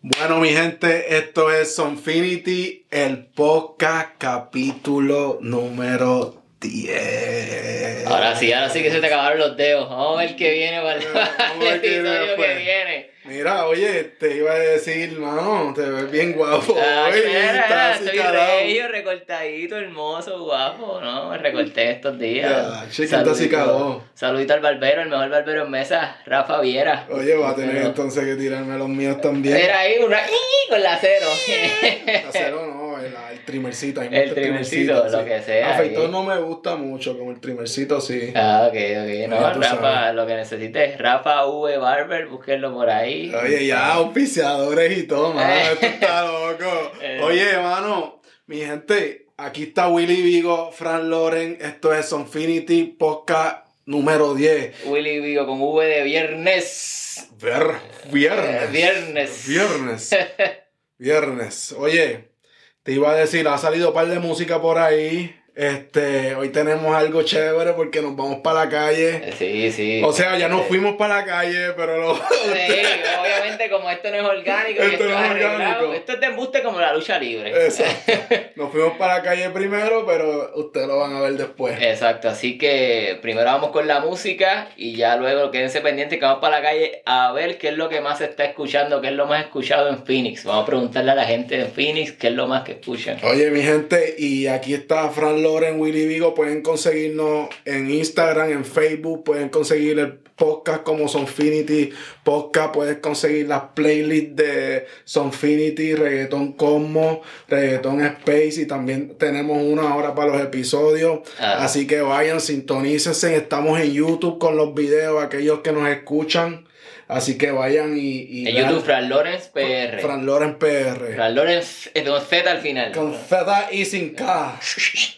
Bueno, mi gente, esto es Sonfinity, el podcast capítulo número 10. Ahora sí, ahora sí que se te acabaron los dedos. Vamos a ver qué viene para el, Vamos a ver qué viene episodio que después. viene. Mira, oye, te iba a decir, mano, te ves bien guapo. Ah, oye, mira, estás estoy acicalado. bello, recortadito, hermoso, guapo, ¿no? Me recorté estos Ya, días. chico, está acicalado. saludito, saludito al barbero, el mejor barbero en mesa, Rafa Viera. Oye, va a tener Pero- entonces que tirarme los míos también. Era ahí una con la cero. Acero no, el, el trimmercito. ahí me El gusta trimmercito, trimmercito, lo que sea, Afeitado ahí. no me gusta mucho, como el trimmercito sí. Ah, ok, ok. No, Ya tú Rafa, sabes. lo que necesites. Rafa V Barber, búsquenlo por ahí. Oye, ya, auspiciadores y todo, mano. Eh. Esto está loco. Eh. Oye, mano, mi gente, aquí está Willy Vigo, Fran Loren. Esto es Sonfinity Podcast número 10. Willy Vigo con V de viernes. Ver, Eh, viernes. Viernes. Viernes. Viernes. Oye, te iba a decir, ha salido un par de música por ahí. Este, hoy tenemos algo chévere porque nos vamos para la calle. Eh, Sí, sí. Eh. O sea, ya nos fuimos para la calle, pero lo- Sí, obviamente como esto no es orgánico, y Esto esto, no es es arreglado, orgánico. esto es de embuste como la lucha libre. Exacto. Nos fuimos para la calle primero, pero ustedes lo van a ver después. Exacto, así que primero vamos con la música y ya luego quédense pendientes que vamos para la calle a ver qué es lo que más se está escuchando, qué es lo más escuchado en Phoenix. Vamos a preguntarle a la gente en Phoenix qué es lo más que escuchan. Oye, mi gente, y aquí está Fran Loren, Willy Vigo. Pueden conseguirnos en Instagram, en Facebook. Pueden conseguir el podcast como Sonfinity Podcast. Puedes conseguir las playlists de Sonfinity, Reggaeton Cosmo, Reggaeton Space. Y también tenemos una hora para los episodios. Ah. Así que vayan, sintonícense. Estamos en YouTube con los videos, aquellos que nos escuchan. Así que vayan y. y En vean YouTube, Fran Lawrence PR. Fran, Fran Loren PR. Lawrence es con eh, Z al final. Con Z y sin K. Z.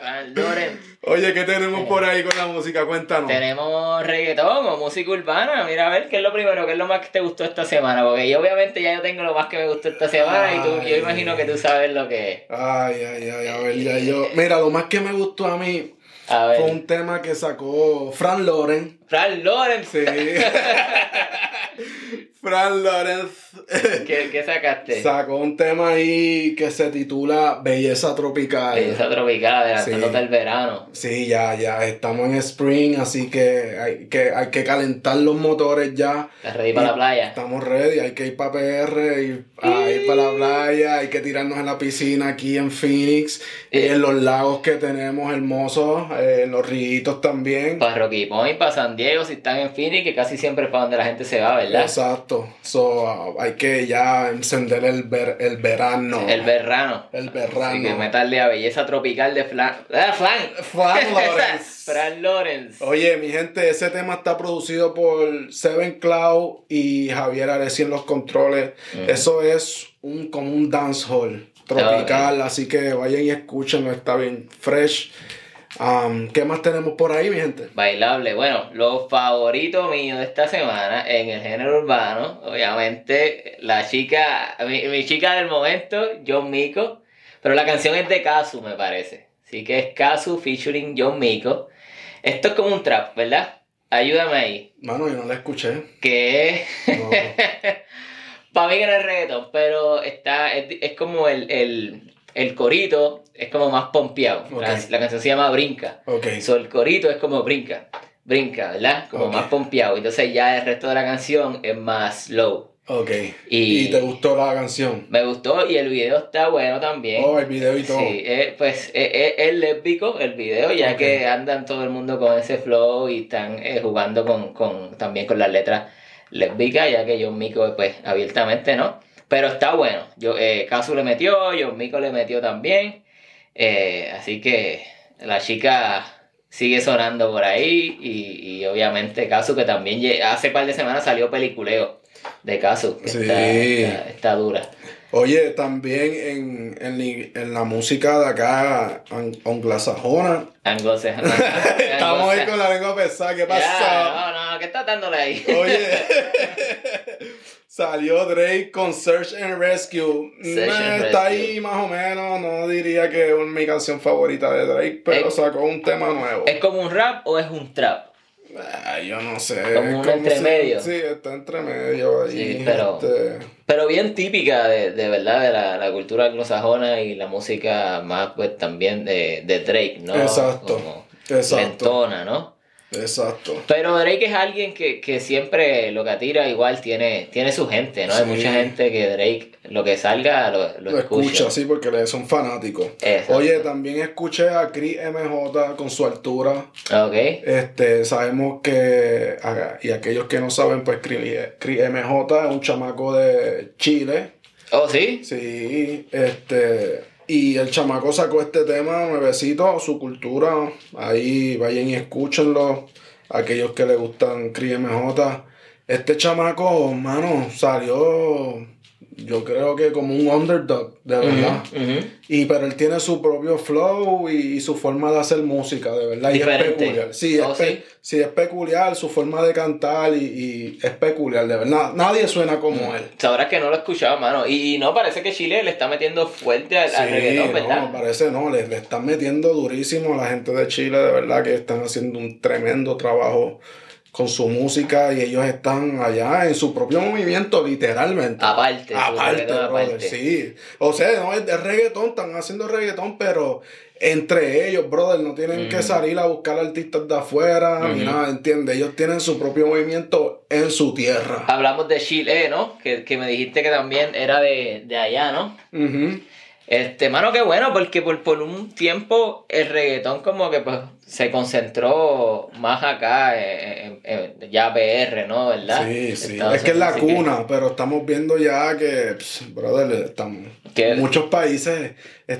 Fran Lawrence. Oye, ¿qué tenemos por ahí con la música? Cuéntanos. Tenemos reggaetón o música urbana. Mira, a ver, ¿qué es lo primero? ¿Qué es lo más que te gustó esta semana? Porque yo obviamente ya yo tengo lo más que me gustó esta semana y tú, yo Ay. imagino que tú sabes lo que es. Ay, ay, ay, a ver, ya yo. Mira, lo más que me gustó a mí A fue ver. un tema que sacó Fran Loren. Fran Lawrence. Sí. Fran Loren ¿Qué, qué sacaste? sacó un tema ahí que se titula Belleza Tropical. Belleza tropical, adelantándote Sí. al verano. Sí, ya, ya, estamos en spring, así que hay que, hay que calentar los motores ya. ¿Estás ready para la playa? Estamos ready, hay que ir para PR, ir, a ir para la playa, hay que tirarnos en la piscina aquí en Phoenix, y en los lagos que tenemos hermosos, eh, en los ríos también. Para Rocky Point, para San Diego, si están en Phoenix, que casi siempre es para donde la gente se va, ¿verdad? Exacto, so, ah, hay que ya encender el, ver- el verano. El verano. El Así que verano. meterle a belleza tropical de Flan. ¡Ah, Flan! Fran Lawrence. Fran Lawrence. Oye, mi gente, ese tema está producido por Seven Cloud y Javier Areci en los controles. Eso es un, como un dancehall tropical, así que vayan y escúchenlo, está bien fresh. Am, ¿Qué más tenemos por ahí, mi gente? Bailable, bueno, lo favorito mío de esta semana en el género urbano, obviamente, la chica, mi, mi chica del momento, John Mico, pero la canción es de Kazu, me parece. Así que es Kazu featuring John Mico. Esto es como un trap, ¿verdad? Ayúdame ahí. Mano, yo no la escuché. Que es. No. Para mí que no es reggaetón, pero está, es, es como el, el, el corito, es como más pompeado. La, Ok. la canción se llama Brinca. Ok. So, el corito es como brinca, brinca, ¿verdad? Como Ok. más pompeado. Entonces ya el resto de la canción es más slow. Ok. Y- ¿Y te gustó la canción? Me gustó y el video está bueno también. Oh, el video y todo. Sí, eh, pues eh, eh, es lésbico el video, ya Ok. que andan todo el mundo con ese flow y están eh, jugando con, con- también con las letras lésbicas, ya que John Mico, pues abiertamente no. Pero está bueno. Yo, eh, Casu le metió, John Mico le metió también. Eh, así que la chica sigue sonando por ahí y, y obviamente Casu que también lle- hace par de semanas salió peliculeo de Casu. Sí. Está, está- está dura. Oye, también en, en, li- en la música de acá, ang- anglosajona. Anglosajona. Estamos ahí con la lengua pesada. ¿Qué pasa? Ya, no, no, ¿qué estás dándole ahí? Oye, salió Drake con Search and Rescue. Search Nah, and está Rescue. ahí más o menos. No diría que es mi canción favorita de Drake, pero Eh, sacó un tema nuevo. ¿Es como un rap o es un trap? Ah, yo no sé. Como un es entremedio. si- sí, está entre medio ahí. Sí, pero- este, Pero bien típica de, de verdad de la, la cultura anglosajona y la música más pues también de, de Drake, ¿no? Exacto. Como Exacto. lentona, ¿no? Exacto. Pero Drake es alguien que, que siempre lo que atira igual tiene, tiene su gente, ¿no? Hay Sí. mucha gente que Drake lo que salga lo, lo Lo escucha. escucha, sí, porque le son fanáticos. Exacto. Oye, también escuché a Chris MJ con su altura. Ok. Este, sabemos que, a- y aquellos que no saben, pues Chris, Chris MJ es un chamaco de Chile. Oh, sí. Sí, este. Y el chamaco sacó este tema nuevecito, su cultura. Ahí vayan y escúchenlo. Aquellos que le gustan Crie MJ. Este chamaco, mano, salió. Yo creo que como un underdog, de verdad. Ujú, ujú. Y pero él tiene su propio flow y, y su forma de hacer música, de verdad. Y es Diferente. peculiar. Sí, Oh, es pe- sí. sí, es peculiar, su forma de cantar y, y es peculiar, de verdad. Nadie suena Mm. como él. Sabrás que no lo he escuchado, mano. Y, y no, parece que Chile le está metiendo fuerte al, al Sí, reggaetón, No, ¿verdad? parece no, le, le están metiendo durísimo a la gente de Chile, de verdad que están haciendo un tremendo trabajo con su música y ellos están allá en su propio movimiento, literalmente. Aparte, su aparte, reggaetón brother, aparte. sí. O sea, no es de reggaetón, están haciendo reggaetón, pero entre ellos, brother, no tienen Ujú. que salir a buscar artistas de afuera ni Ujú. nada, ¿entiendes? Ellos tienen su propio movimiento en su tierra. Hablamos de Chile, ¿eh, ¿no? Que, que me dijiste que también era de, de allá, ¿no? Ujú. Este, mano, qué bueno, porque por, por un tiempo el reggaetón como que pues se concentró más acá, eh, eh, eh, ya PR, ¿no? ¿Verdad? Sí, sí. Estados es que es la Unidos, así cuna, pero estamos viendo ya que, pss, brother, estamos, Que- muchos países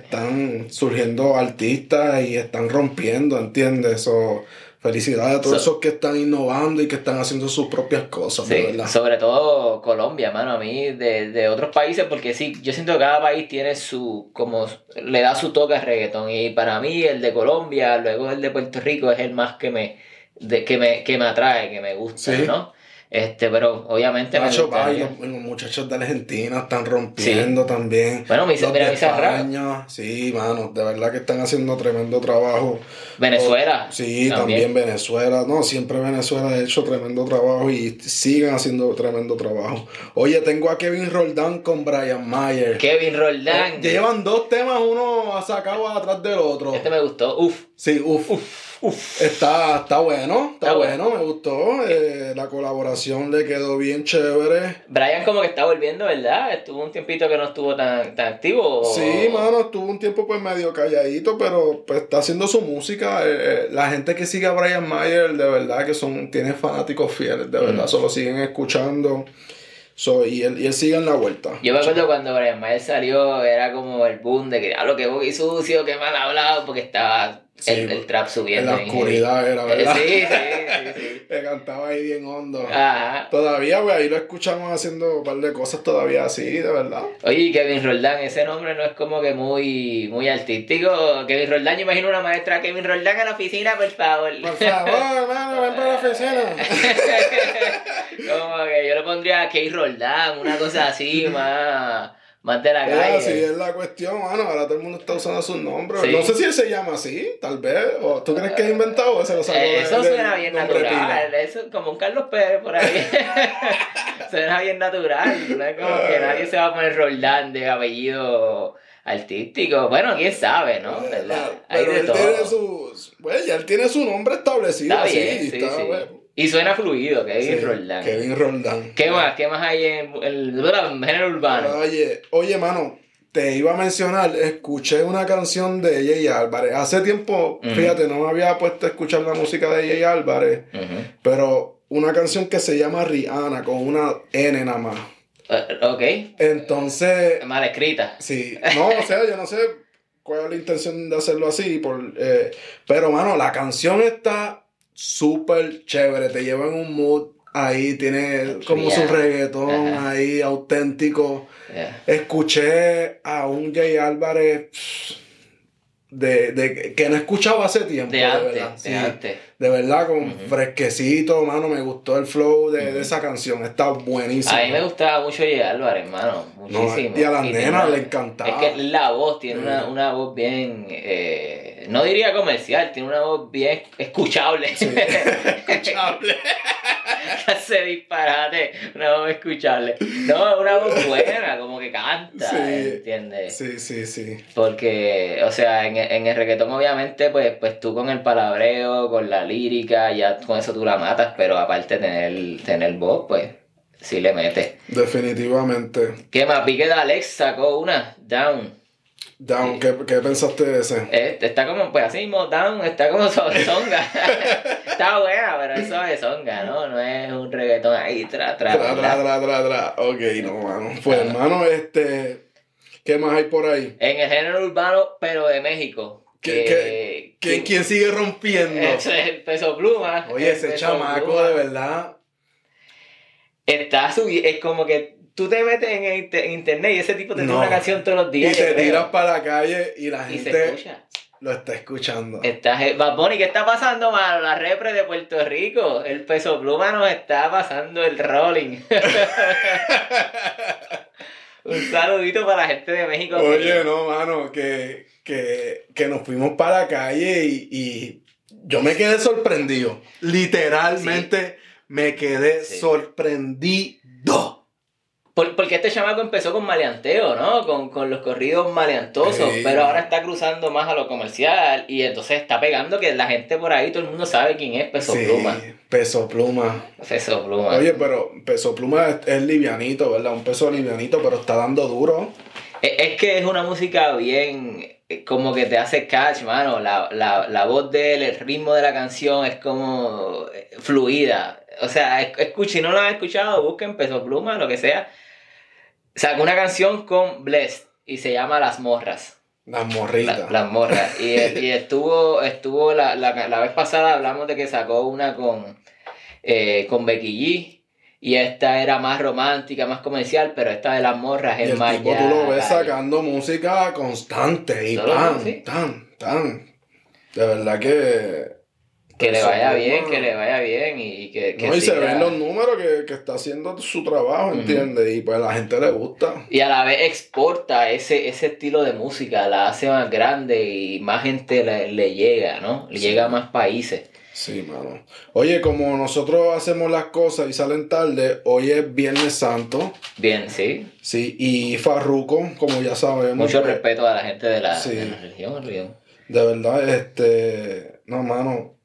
están surgiendo artistas y están rompiendo, ¿entiendes? So, felicidades a todos So- esos que están innovando y que están haciendo sus propias cosas, de Sí, ¿verdad? sobre todo Colombia, mano, a mí de, de otros países, porque sí, yo siento que cada país tiene su, como, le da su toque al reggaetón, y para mí el de Colombia, luego el de Puerto Rico es el más que me, de- que me, que me atrae, que me gusta, Sí. ¿no? Este, pero obviamente me Nacho, gustaría- va, y los, los muchachos de Argentina están rompiendo también. Bueno, mi- Los mira, de mi Serrano. España, sí, mano, de verdad que están haciendo tremendo trabajo. Venezuela. Oh, Sí, también. Venezuela. No, siempre Venezuela ha hecho tremendo trabajo y siguen haciendo tremendo trabajo. Oye, tengo a Kevin Roldán con Brian Mayer. Kevin Roldán. Ya llevan dos temas, uno ha sacado atrás del otro. Este me gustó. Uf, Sí, uff. Está, está bueno, está Está bueno. bueno, me gustó. Eh, la colaboración le quedó bien chévere. Brian como que está volviendo, ¿verdad? Estuvo un tiempito que no estuvo tan, tan activo. Sí, mano, estuvo un tiempo pues medio calladito, pero pues está haciendo su música. Eh, eh, la gente que sigue a Brian Mayer, de verdad que son, tiene fanáticos fieles, de verdad, Mm. solo siguen escuchando. So, y, él, y él sigue en la vuelta. Yo me acuerdo cuando Brian Mayer salió, era como el boom de que, ah, lo que boqui sucio, que mal hablado, porque estaba Sí, el, el trap en subiendo. la bien oscuridad era, heavy. Eh, ¿verdad? Sí, sí, sí, sí. Que cantaba ahí bien hondo. Ah. Ajá. Todavía, güey, ahí lo escuchamos haciendo un par de cosas todavía así, de verdad. Oye, y Kevin Roldán, ese nombre no es como que muy, muy artístico. Kevin Roldán, yo imagino una maestra, Kevin Roldán a la oficina, por favor. Por favor, hermano, ven para la oficina. como que yo le pondría a Kevin Roldán, una cosa así, más, más de la Ya, calle. sí, es la cuestión, mano. Ahora todo el mundo está usando sus nombres. eh. Sí. No sé si él se llama así, tal vez. O, ¿Tú crees que es inventado o se lo sacó Eh, de- Eso del suena bien nombre natural, eso es como un Carlos Pérez por ahí. suena bien natural, no es como que nadie se va a poner Roldán de apellido artístico. Bueno, quién sabe, ¿no? pila? ¿Verdad? Eh, Pero Hay de él todo. tiene su. Bueno, ya él tiene su nombre establecido. Está así, bien, sí, está, sí. bueno. Y suena fluido, Kevin Sí, Roldán. Kevin Roldán. ¿Qué más? ¿Qué más hay en el, en género urbano? Oye, oye, mano, te iba a mencionar, escuché una canción de Jay Álvarez. Hace tiempo, Ujú. fíjate, no me había puesto a escuchar la música de Jay Álvarez, Ujú. pero una canción que se llama Rihanna con una N nada más. Eh, Entonces, ok, mal escrita. Sí, no, o sea, yo no sé cuál es la intención de hacerlo así, por, eh, pero mano, la canción está súper chévere, te lleva en un mood ahí, tiene como su Bien. reggaetón Ajá. ahí auténtico. Yeah. Escuché a un Jay Álvarez de, de- que no escuchaba hace tiempo. De verdad, antes, sí. de antes. De verdad, con Ujú. fresquecito, mano, me gustó el flow de, de Ujú. esa canción, está buenísimo. A mí me gustaba mucho J. Álvarez, hermano. No, Muchísimo. y a las tiene nenas una- le encantaba. Es que la voz tiene Sí. una, una voz bien eh, eh, no diría comercial, tiene una voz bien escuchable. Sí. Escuchable. Hace disparate, una voz escuchable. No, es una voz buena, como que canta, Sí. ¿entiendes? Sí, sí, sí. Porque, o sea, en, en el reggaetón obviamente, pues, pues tú con el palabreo, con la lírica, ya con eso tú la matas, pero aparte de tener, tener voz, pues sí le metes. Definitivamente. Que Mapique de Alex sacó una, Down. Down, Sí. ¿qué, qué pensaste de ese? Eh, está como, pues así mismo, Down, está como songa. está buena, pero es songa, ¿no? No es un reggaetón ahí, tra, tra, Tra, tra. tra, tra, tra, tra. Ok, no, mano. Pues, hermano, este. ¿Qué más hay por ahí? En el género urbano, pero de México. ¿Qué- que- ¿Quién, quién sigue rompiendo? Eso es el peso pluma. Oye, el ese Peso chamaco, Pluma. de verdad. Está subiendo, es como que tú te metes en, el inter- en internet y ese tipo te No. tira una canción todos los Y días. te yo creo. tiras para la calle y la Y se gente escucha. lo está escuchando. Está, je- Bad Bunny, ¿qué está pasando, mano? La repre de Puerto Rico. El peso pluma nos está pasando el rolling. Un saludito para la gente de México. Oye, no, mano, que, que, que nos fuimos para la calle y, y yo me quedé sorprendido. Literalmente me quedé Sí. sorprendido. Por- porque este chamaco empezó con maleanteo, ¿no? Con, con los corridos maleantosos, Sí. pero ahora está cruzando más a lo comercial y entonces está pegando que la gente por ahí, todo el mundo sabe quién es Peso sí, Pluma. Peso pluma. Peso Pluma. Oye, pero peso pluma es, es livianito, ¿verdad? Un peso livianito, pero está dando duro. Es, es que es una música bien, eh, como que te hace catch, mano. La, la, la voz de él, el ritmo de la canción es como eh, fluida. O sea, es- escucha, si no la has escuchado, busquen Peso Pluma, lo que sea. Sacó una canción con Blessed y se llama Las Morras. Las La- morritas. Las morras. Y, eh, y estuvo, estuvo la, la- la vez pasada hablamos de que sacó una con, eh, con Becky G. Y esta era más romántica, más comercial, pero esta de las morras y es el más tipo ya tú lo ves calle. sacando música constante y Solo, tan, sí. tan, tan. De verdad que... Que le Peso vaya Pluma- bien, que le vaya bien y, y que, que No, y se siga. ven los números que, que está haciendo su trabajo, Ujú. ¿entiendes? Y pues a la gente le gusta. Y a la vez exporta ese, ese estilo de música, la hace más grande y más gente le, le llega, ¿no? Le Sí. llega a más países. Sí, mano. Oye, como nosotros hacemos las cosas y salen tarde, hoy es Viernes Santo, Bien, sí. sí, y Farruco, como ya sabemos. Mucho pues, respeto a la gente de la, Sí. de la religión, religión. De verdad, este. No, mano.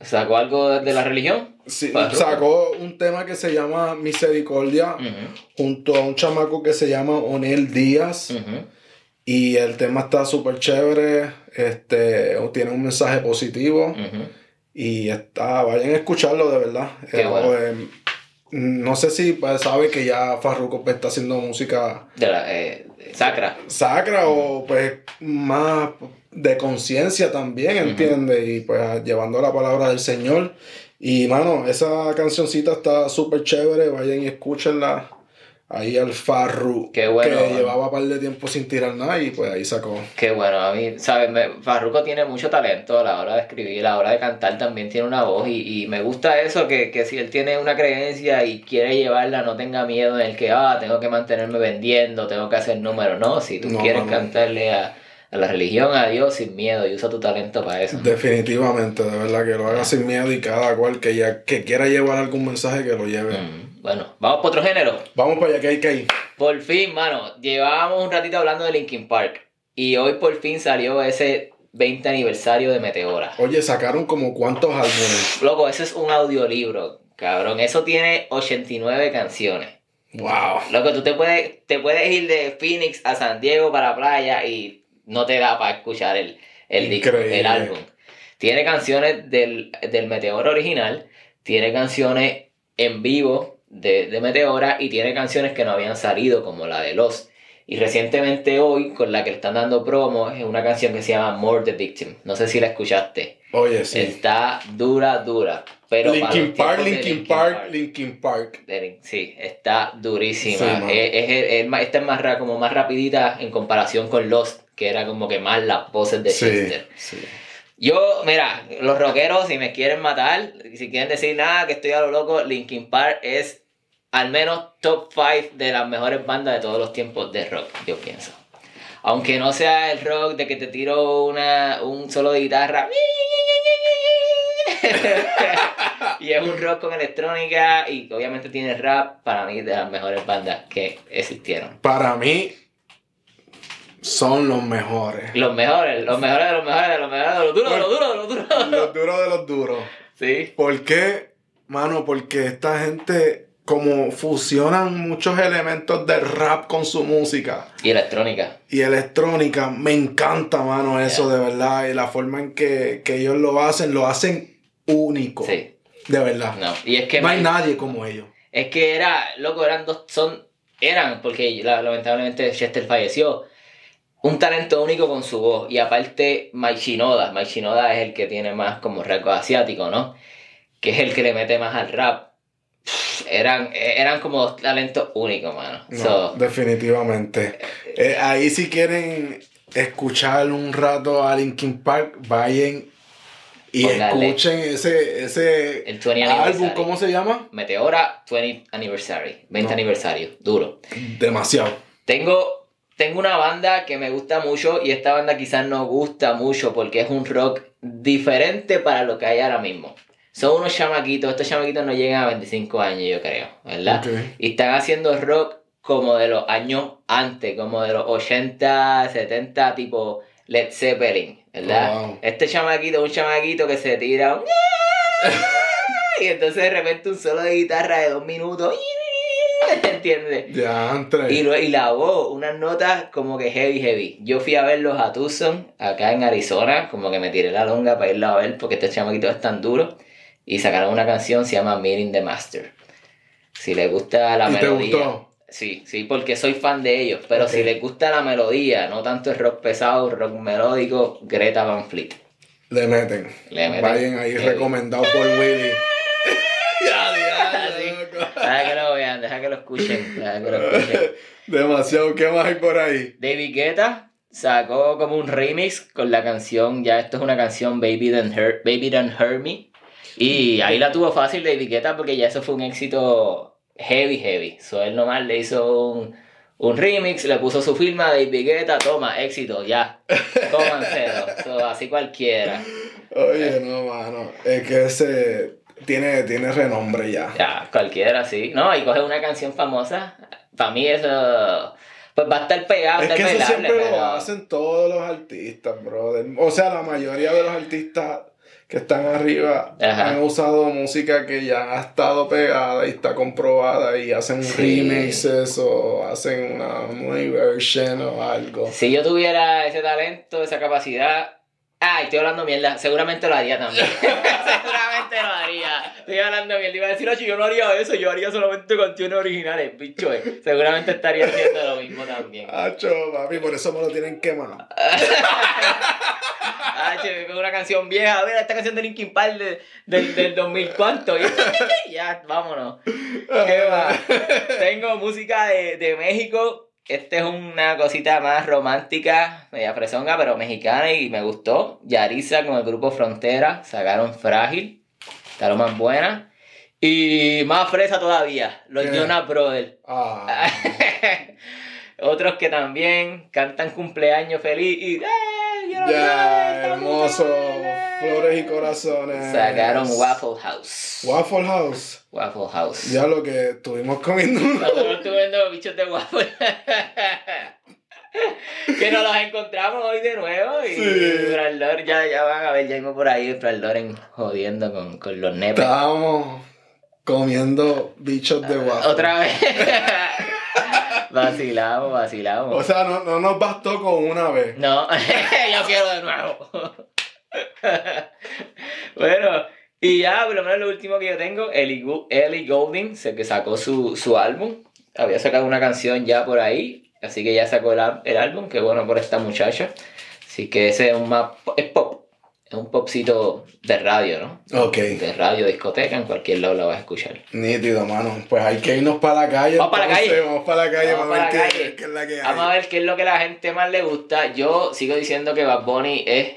¿Sacó algo de la religión? Sí, Farruko. Mm. sacó un tema que se llama Misericordia Ujú, junto a un chamaco que se llama Onel Díaz. ujú. Y el tema está súper chévere. Este, tiene un mensaje positivo. Ujú. Y está, vayan a escucharlo de verdad. Qué Eh, bueno. o, eh, no sé si pues, sabe que ya Farruko pues, está haciendo música De la eh, sacra. sacra o pues más de conciencia también, Ujú. ¿entiendes? Y pues llevando la palabra del Señor. Y mano, esa cancioncita está súper chévere, vayan y escúchenla. Ahí al Farru, Qué bueno, que mano. llevaba un par de tiempo sin tirar nada y pues ahí sacó. Qué bueno, a mí, ¿sabes? Me- Farruko tiene mucho talento a la hora de escribir, a la hora de cantar también tiene una voz y, y me gusta eso, que, que si él tiene una creencia y quiere llevarla, no tenga miedo en el que, ah, tengo que mantenerme vendiendo, tengo que hacer números, no, si tú No, quieres mami. cantarle a, a la religión, a Dios sin miedo y usa tu talento para eso. Definitivamente, de verdad que lo haga sin miedo y cada cual que, ya, que quiera llevar algún mensaje que lo lleve. Mm, bueno, vamos por otro género. Vamos para allá, que hay que ir. Por fin, mano, llevábamos un ratito hablando de Linkin Park y hoy por fin salió ese 20 aniversario de Meteora. Oye, sacaron como cuántos álbumes. Loco, eso es un audiolibro, cabrón. Eso tiene 89 canciones. Wow. Loco, tú te puedes, te puedes ir de Phoenix a San Diego para la playa y no te da para escuchar el, el disco, Increíble. el álbum. Tiene canciones del, del Meteora original, tiene canciones en vivo de, de Meteora y tiene canciones que no habían salido, como la de Los. Y recientemente hoy, con la que le están dando promo, es una canción que se llama More the Victim. No sé si la escuchaste. Oye, sí. Está dura, dura. Pero para Linkin los Park, tiempos de Linkin Park, Linkin Park. de Lin- Sí, está durísima. Sí, mano. Es- es- es- es más- esta es más ra- como más rapidita en comparación con Lost, que era como que más las voces de Sí, Chester. sí. Yo, mira, los rockeros, si me quieren matar, si quieren decir nada, que estoy a lo loco, Linkin Park es al menos top 5 de las mejores bandas de todos los tiempos de rock, yo pienso. aunque no sea el rock de que te tiro una, un solo de guitarra. y es un rock con electrónica y obviamente tiene rap, para mí de las mejores bandas que existieron. Para mí, son los mejores. Los mejores, los mejores de los mejores, de los mejores, de los duros, de los duros, de los duros. Los duros de los duros. Sí, ¿Por qué? Mano, porque esta gente como fusionan muchos elementos del rap con su música y electrónica. y electrónica. Me encanta, mano, eso de verdad. Y la forma en que, que ellos lo hacen, lo hacen único. Sí, De verdad. no. Y es que no hay me- nadie como ellos. Es que era, loco, eran dos, son, eran, porque la- lamentablemente Chester falleció, un talento único con su voz. Y aparte, Mike Shinoda, Mike Shinoda es el que tiene más como rasgo asiático, ¿no? Que es el que le mete más al rap. Pff, Eran, eh, eran como dos talentos únicos, mano. No, So, definitivamente. Eh, ahí si quieren escuchar un rato a Linkin Park, vayan y Póngale. escuchen ese, ese el 20 álbum, aniversario. ¿cómo se llama? Meteora 20 anniversary, 20 No. aniversario, duro. Demasiado. Tengo, tengo una banda que me gusta mucho y esta banda quizás no gusta mucho porque es un rock diferente para lo que hay ahora mismo. Son unos chamaquitos, estos chamaquitos no llegan a 25 años yo creo, ¿verdad? Ok. Y están haciendo rock como de los años antes, como de los 80, 70, tipo Led Zeppelin, ¿verdad? Oh, Wow. Este chamaquito es un chamaquito que se tira un... Y entonces de repente un solo de guitarra de dos minutos. ¿Entiendes? Ya Y, entre. lo, y la voz, unas notas como que heavy, heavy. Yo fui a verlos a Tucson, acá en Arizona, como que me tiré la longa para irla a ver porque este chamaquito es tan duro. Y sacaron una canción, se llama Meeting the Master. Si les gusta la ¿Y te melodía. gustó? Sí, sí, porque soy fan de ellos. Pero Ok. si les gusta la melodía, no tanto el rock pesado, rock melódico, Greta Van Fleet. Le meten. Le meten. Vayan ahí Heavy. recomendado por Willy. Ya, ya, Sí. loco. Deja que lo vean, deja que lo escuchen. Deja que lo escuchen. Demasiado, ¿qué más hay por ahí? David Guetta sacó como un remix con la canción, ya esto es una canción Baby Don't Hurt, Baby Don't Hurt Me. Y ahí la tuvo fácil David Guetta porque ya eso fue un éxito heavy, heavy. So él nomás le hizo un, un remix, le puso su firma David Guetta, toma, éxito, ya. Cómanselo. So, así cualquiera. Oye, no, mano. Es que ese tiene, tiene renombre ya. Ya, cualquiera, sí. No, y coge una canción famosa. Para mí eso... Pues va a estar pegado, Es va a que estar eso bailable, siempre lo pero- hacen todos los artistas, brother. O sea, la mayoría de los artistas que están arriba Ajá. han usado música que ya ha estado pegada y está comprobada y hacen Sí. remixes o hacen una new version o algo. Pues Si yo tuviera ese talento, esa capacidad. Ay, estoy hablando mierda. Seguramente lo haría también. Seguramente lo haría. Estoy hablando mierda. Iba a decir, oye, yo no haría eso. Yo haría solamente canciones originales, bicho. eh". Seguramente estaría haciendo lo mismo también. Acho, papi, por eso me lo tienen quemado. Ay, Ah, che, con una canción vieja. Mira, esta canción de Linkin Park de- del, del 2000 cuánto. Y- ya, vámonos. ¿Qué va? Tengo música de, de México. Esta es una cosita más romántica, media fresonga, pero mexicana y me gustó. Yarisa con el grupo Frontera sacaron Frágil, está lo más buena. Y más fresa todavía, los ¿Qué? Jonas Brothers. Ah, Otros que también cantan cumpleaños feliz y. ¡eh! ¡Ay, Jonas ya, Brothers, hermoso. cumpleaños! Flores y corazones. Sacaron Waffle House. Waffle House. Waffle House. Ya lo que estuvimos comiendo. Nosotros estuvimos bichos de guapo. que nos los encontramos hoy de nuevo. Y Sí. Fran Loren, ya, ya van a ver, ya mismo por ahí Fran Loren jodiendo con, con los nepes. Estábamos comiendo bichos de waffle. Otra vez. vacilamos, vacilamos. O sea, no, no nos bastó con una vez. No, yo quiero de nuevo. bueno, y ya, por lo menos lo último que yo tengo, Ellie, Gu- Ellie Goulding, se que sacó su, su álbum. Había sacado una canción ya por ahí, así que ya sacó el, al- el álbum, que bueno por esta muchacha. Así que ese es un más, es pop, es un popcito de radio, ¿no? Ok. De radio, discoteca, en cualquier lado la vas a escuchar. Nítido, mano. Pues hay que irnos para la calle. Vamos para la entonces. calle. Vamos para la calle Vamos para ver para la qué, calle. qué es la que hay. Vamos a ver qué es lo que a la gente más le gusta. Yo sigo diciendo que Bad Bunny es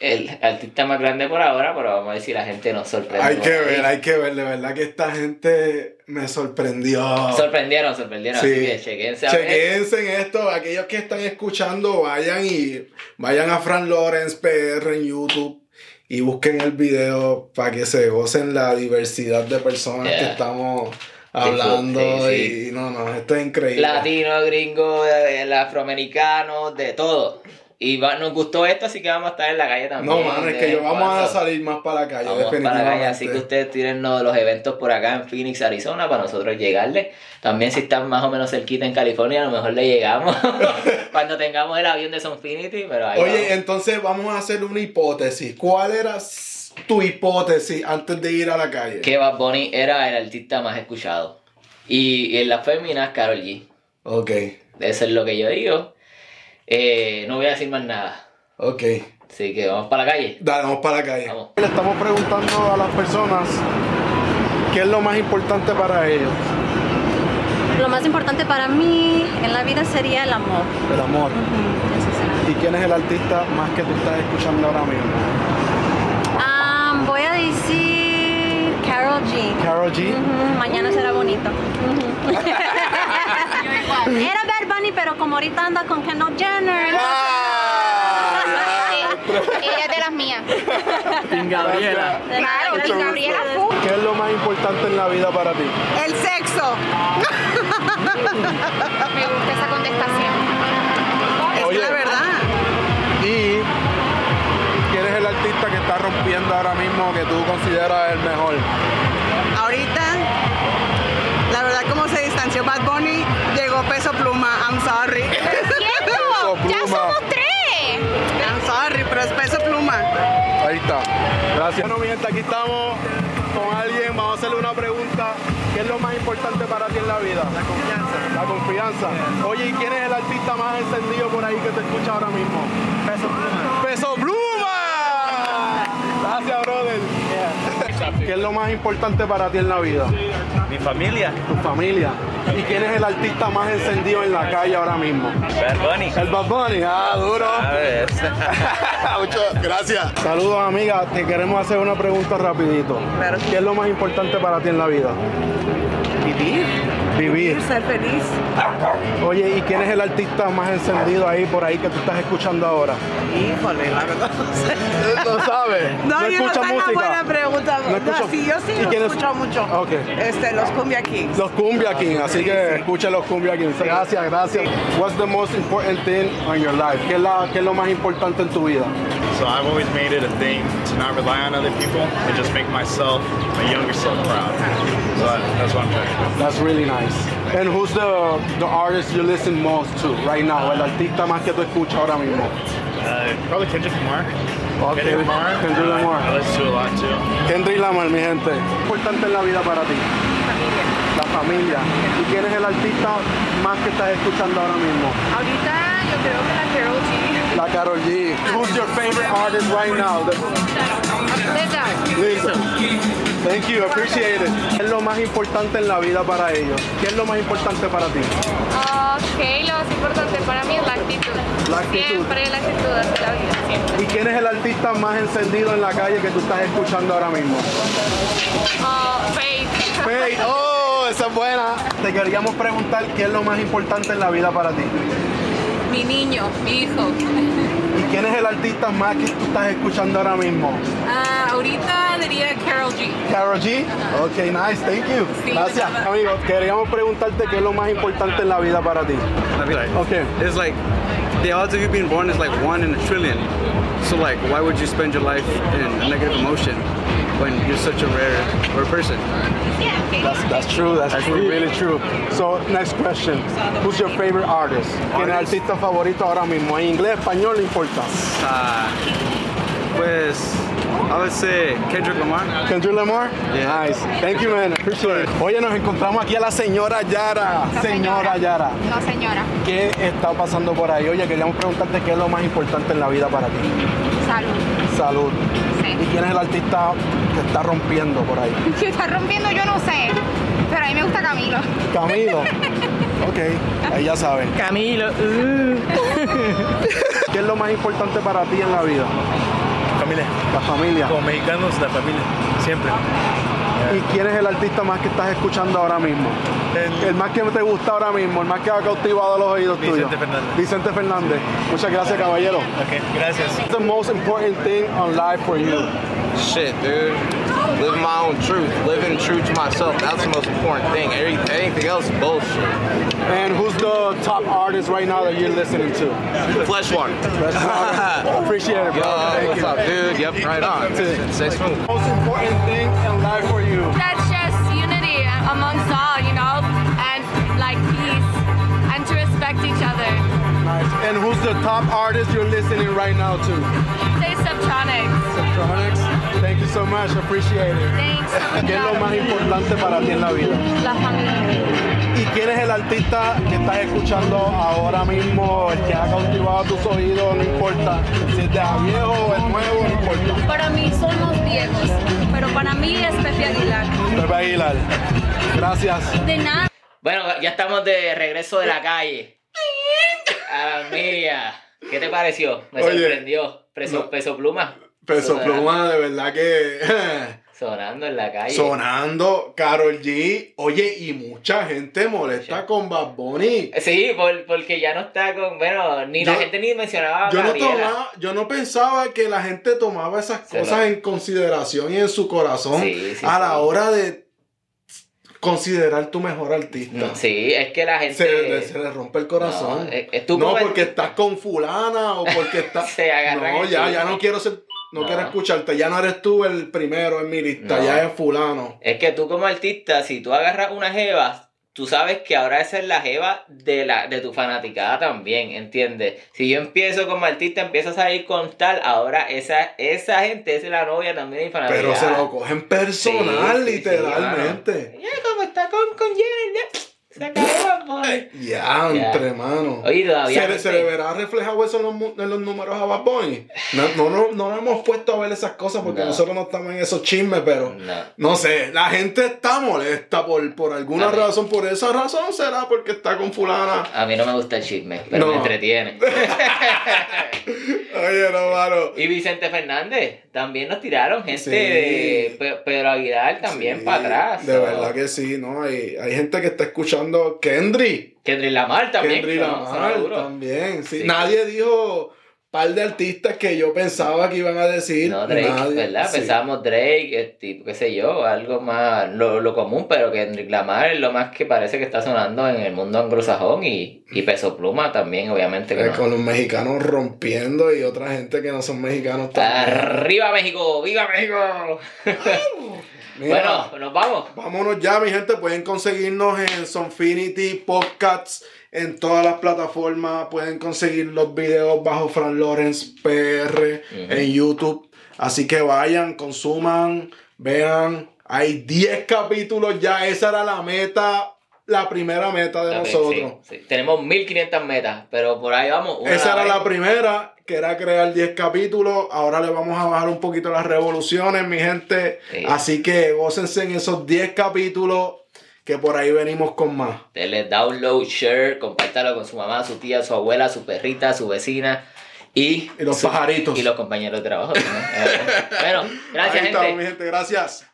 el artista más grande por ahora, pero vamos a ver si la gente nos sorprende. Hay que ver, hay que ver. De verdad que esta gente me sorprendió. Sorprendieron, sorprendieron. Sí. Así que chequense a ver. Chequense en esto, aquellos que están escuchando, vayan y vayan a Fran Lawrence PR en YouTube y busquen el video para que se gocen la diversidad de personas Yeah. que estamos hablando. sí, y, no, no, esto es increíble. Latino, gringo, eh, el afroamericano, de todo. Y va- nos gustó esto, así que vamos a estar en la calle también. no, mano, es que de yo vamos a cuando- salir más para la calle, Vamos para la definitivamente. calle, así que ustedes tienen los eventos por acá en Phoenix, Arizona, para nosotros llegarle. También si están más o menos cerquita en California, a lo mejor le llegamos cuando tengamos el avión de Sunfinity, pero ahí Oye, vamos. entonces vamos a hacer una hipótesis. ¿Cuál era s- tu hipótesis antes de ir a la calle? que Bad Bunny era el artista más escuchado. Y, y en las féminas, Carol G. Ok, Eso es lo que yo digo. Eh, no voy a decir más nada. ok. Así que vamos para la calle. Dale, vamos para la calle. Vamos. Le estamos preguntando a las personas qué es lo más importante para ellos. Lo más importante para mí en la vida sería el amor. El amor. Ujú, eso será. ¿Y quién es el artista más que tú estás escuchando ahora mismo? Ah, voy a decir Carol G. Carol G. Ujú, Mañana será bonito. Ujú. Era Bad Bunny, pero como ahorita anda con Kendall Jenner. Ella es de las mías. Gabriela. Claro, y Gabriela Fu. ¿Qué es lo más importante en la vida para ti? El sexo. Me gusta esa contestación. Es Oye. la verdad. ¿Y quién es el artista que está rompiendo ahora mismo que tú consideras el mejor? Ahorita, la verdad, como se distanció Bad Bunny, llegó peso pluma. I'm sorry. ¡Cierto! Eso, Oh, ¡Ya pluma. somos tres! I'm sorry, pero es peso pluma. Ahí está. Gracias. Bueno, mi gente, aquí estamos con alguien. Vamos a hacerle una pregunta. ¿Qué es lo más importante para ti en la vida? La confianza. La confianza. Oye, ¿y quién es el artista más encendido por ahí que te escucha ahora mismo? Peso Pluma. ¡Peso Pluma! Gracias, brother. ¿Qué es lo más importante para ti en la vida? Mi familia, Tu familia. ¿Y quién es el artista más encendido en la calle ahora mismo? Bad Bunny. El Bad Bunny. Ah, duro. A ver. Ah, Muchas gracias. Saludos amiga, te queremos hacer una pregunta rapidito. Claro. ¿Qué es lo más importante para ti en la vida? Vivir. Vivir. Ser feliz. Oye, ¿y quién es el artista más encendido ahí por ahí que tú estás escuchando ahora? Híjole, la verdad no sé. No sabes. No, yo no es una buena pregunta. No escucho- No, sí, yo sí ¿Y lo quién es? escucho mucho. Ok. Este, los cumbia kings. Los Cumbia King, así que escucha los Cumbia King. Gracias, gracias. What's the most important thing on your life? ¿Qué es, la- qué es lo más importante en tu vida? So I've always made it a thing to not rely on other people, but just make myself, my younger self, proud. So that- that's what I'm trying to do. That's really nice. And who's the, the artist you listen most to right now? El artista más que tú escuchas ahora mismo. Uh, probably Kendrick Lamar. Okay. Kendrick Lamar. Kendrick Uh, Lamar. I listen to a lot too. Kendrick Lamar, mi gente. Importante en la vida para ti. La familia. ¿Y quién es el artista más que estás escuchando ahora mismo? Ahorita yo creo que la Carol G. La Carol G. Who's your favorite artist right now? Listen. Thank you, appreciate it. ¿Qué es lo más importante en la vida para ellos? ¿Qué es lo más importante para ti? Ok, lo más importante para mí es la actitud. La actitud. Siempre la actitud hacia la vida, siempre. ¿Y quién es el artista más encendido en la calle que tú estás escuchando ahora mismo? Oh, faith. Hey, oh, esa es buena. Te queríamos preguntar qué es lo más importante en la vida para ti. Mi niño, mi hijo. ¿Y quién es el artista más que tú estás escuchando ahora mismo? Ah, ahorita diría Carol G. Carol G. Ok, nice, thank you. Sí, Gracias. de nada. Amigo, queríamos preguntarte qué es lo más importante en la vida para ti. I mean, like, Okay. It's like the odds of you being born is like one in a trillion. So like, why would you spend your life in a negative emotion when you're such a rare, rare person? That's, that's true, that's, true, really true. So, next question. Who's your favorite artist? ¿Quién es el Artist. artista favorito ahora mismo? ¿En inglés, español, no importa? Uh, pues, I would say Kendrick Lamar. Kendrick Lamar? Yeah. Nice. Thank you, man. Appreciate it. Oye, nos encontramos aquí a la señora Yara. Señora Yara, No, señora. ¿qué está pasando por ahí? Oye, queríamos preguntarte qué es lo más importante en la vida para ti. Salud. Salud. Sí. ¿Y quién es el artista que está rompiendo por ahí? Si está rompiendo, yo no sé. Pero a mí me gusta Camilo. Camilo. Ok, ahí ya saben. Camilo. ¿Qué es lo más importante para ti en la vida? familia. La familia. Como mexicanos, la familia, siempre. ¿Y quién es el artista más que estás escuchando ahora mismo? El, más que te gusta ahora mismo, el más que ha cautivado los oídos Vicente tuyos. Fernández. Vicente Fernández. Muchas gracias, caballero. Okay, gracias. What's the most important thing on life for you? Shit, dude. Live my own truth. Living true to myself. That's the most important thing. Every, anything else is bullshit. And who's the top artist right now that you're listening to? Fleshwater. Fleshwater. Appreciate it, Yo, bro. Thank Uh, what's you. up, dude? Yep, right on. Stay smooth. Most important thing in life for you. That's just unity amongst all, you know, and like peace and to respect each other. And who's the top artist you're listening right now to? Say subtronics. Subtronics. Thank you so much. Appreciate it. Thanks. ¿Qué es lo más importante para ti en la vida? La familia. ¿Y quién es el artista que estás escuchando ahora mismo, el que ha cautivado tus oídos? No importa si es de viejo o es nuevo, no importa. Para mí son los viejos, pero para mí es Pepe Aguilar. Pepe Aguilar. Gracias. De nada. Bueno, ya estamos de regreso de la calle. A la media. ¿Qué te pareció? Me Oye, sorprendió. Peso, peso pluma. Peso Sonando- Pluma, de verdad que. Sonando en la calle. Sonando, Carol G. Oye, y mucha gente molesta con Bad Bunny. Sí, por- porque ya no está con. Bueno, ni la Yo- gente ni mencionaba a Yo no, Ah, Gabriela. tomaba- yo no pensaba que la gente tomaba esas Se cosas lo- en consideración y en su corazón Sí, sí, a la sí. hora de considerar tu mejor artista. No, sí, es que la gente. se, le, se le rompe el corazón. Este, No, eh, es- es tu No, propia- porque estás con fulana o porque estás... Se agarran no, el ya, culo. ya no quiero ser... No, No. quiero escucharte. Ya no eres tú el primero en mi lista. No. Ya es fulano. Es que tú como artista, si tú agarras una jeva, tú sabes que ahora esa es la jeva de, la, de tu fanaticada también, ¿entiendes? Si yo empiezo como artista, empiezo a salir con tal, ahora esa, esa gente es la novia también de mi fanaticada. Pero se lo cogen personal, Ah, Sí, sí, sí, literalmente. Ya, como está con, con Jenner, ya, se acabó, boy. Ya, entre mano. Oye, todavía ¿Se, no le- se sé. le verá reflejado eso en los, mu- en los números a Bad Bunny? No, no, no, no nos hemos puesto a ver esas cosas porque No. nosotros no estamos en esos chismes, pero No. no sé, la gente está molesta por, por alguna También. razón, por esa razón será porque está con fulana. A mí no me gusta el chisme, pero No. me entretiene. Oye, no, mano. Y Vicente Fernández, también nos tiraron gente Sí. de Pe- Pedro Aguilar también Sí, para atrás. De so. verdad que sí, ¿no? Hay, hay gente que está escuchando Kendry. Kendrick Lamar también. Kendrick sonó- sonó Lamar duro. también. sí. Sí. Nadie dijo par de artistas que yo pensaba que iban a decir. No, Drake, Nadie, ¿verdad? sí. Pensábamos Drake, este, qué sé yo, algo más, lo, lo común, pero Kendrick Lamar es lo más que parece que está sonando en el mundo anglosajón y, y Peso Pluma también, obviamente. que Eh, no. Con los mexicanos rompiendo y otra gente que no son mexicanos también. ¡Arriba México! ¡Viva México! Mira, bueno, nos vamos. vámonos ya, mi gente. Pueden conseguirnos en Sonfinity Podcasts, en todas las plataformas. Pueden conseguir los videos bajo Fran Lawrence PR en YouTube. Así que vayan, consuman, vean. Hay 10 capítulos ya. Esa era la meta, la primera meta de Ok, sí, nosotros. sí. Tenemos 1500 metas, pero por ahí vamos. una Esa a era vez. la primera, que era crear 10 capítulos. Ahora le vamos a bajar un poquito las revoluciones, mi gente. Sí. Así que gócense en esos 10 capítulos, que por ahí venimos con más. Denle download, share, compártalo con su mamá, su tía, su abuela, su perrita, su vecina y, Y los su- pajaritos. Y los compañeros de trabajo. ¿no? Eh, bueno, gracias, ahí estamos, gente. mi gente. Gracias.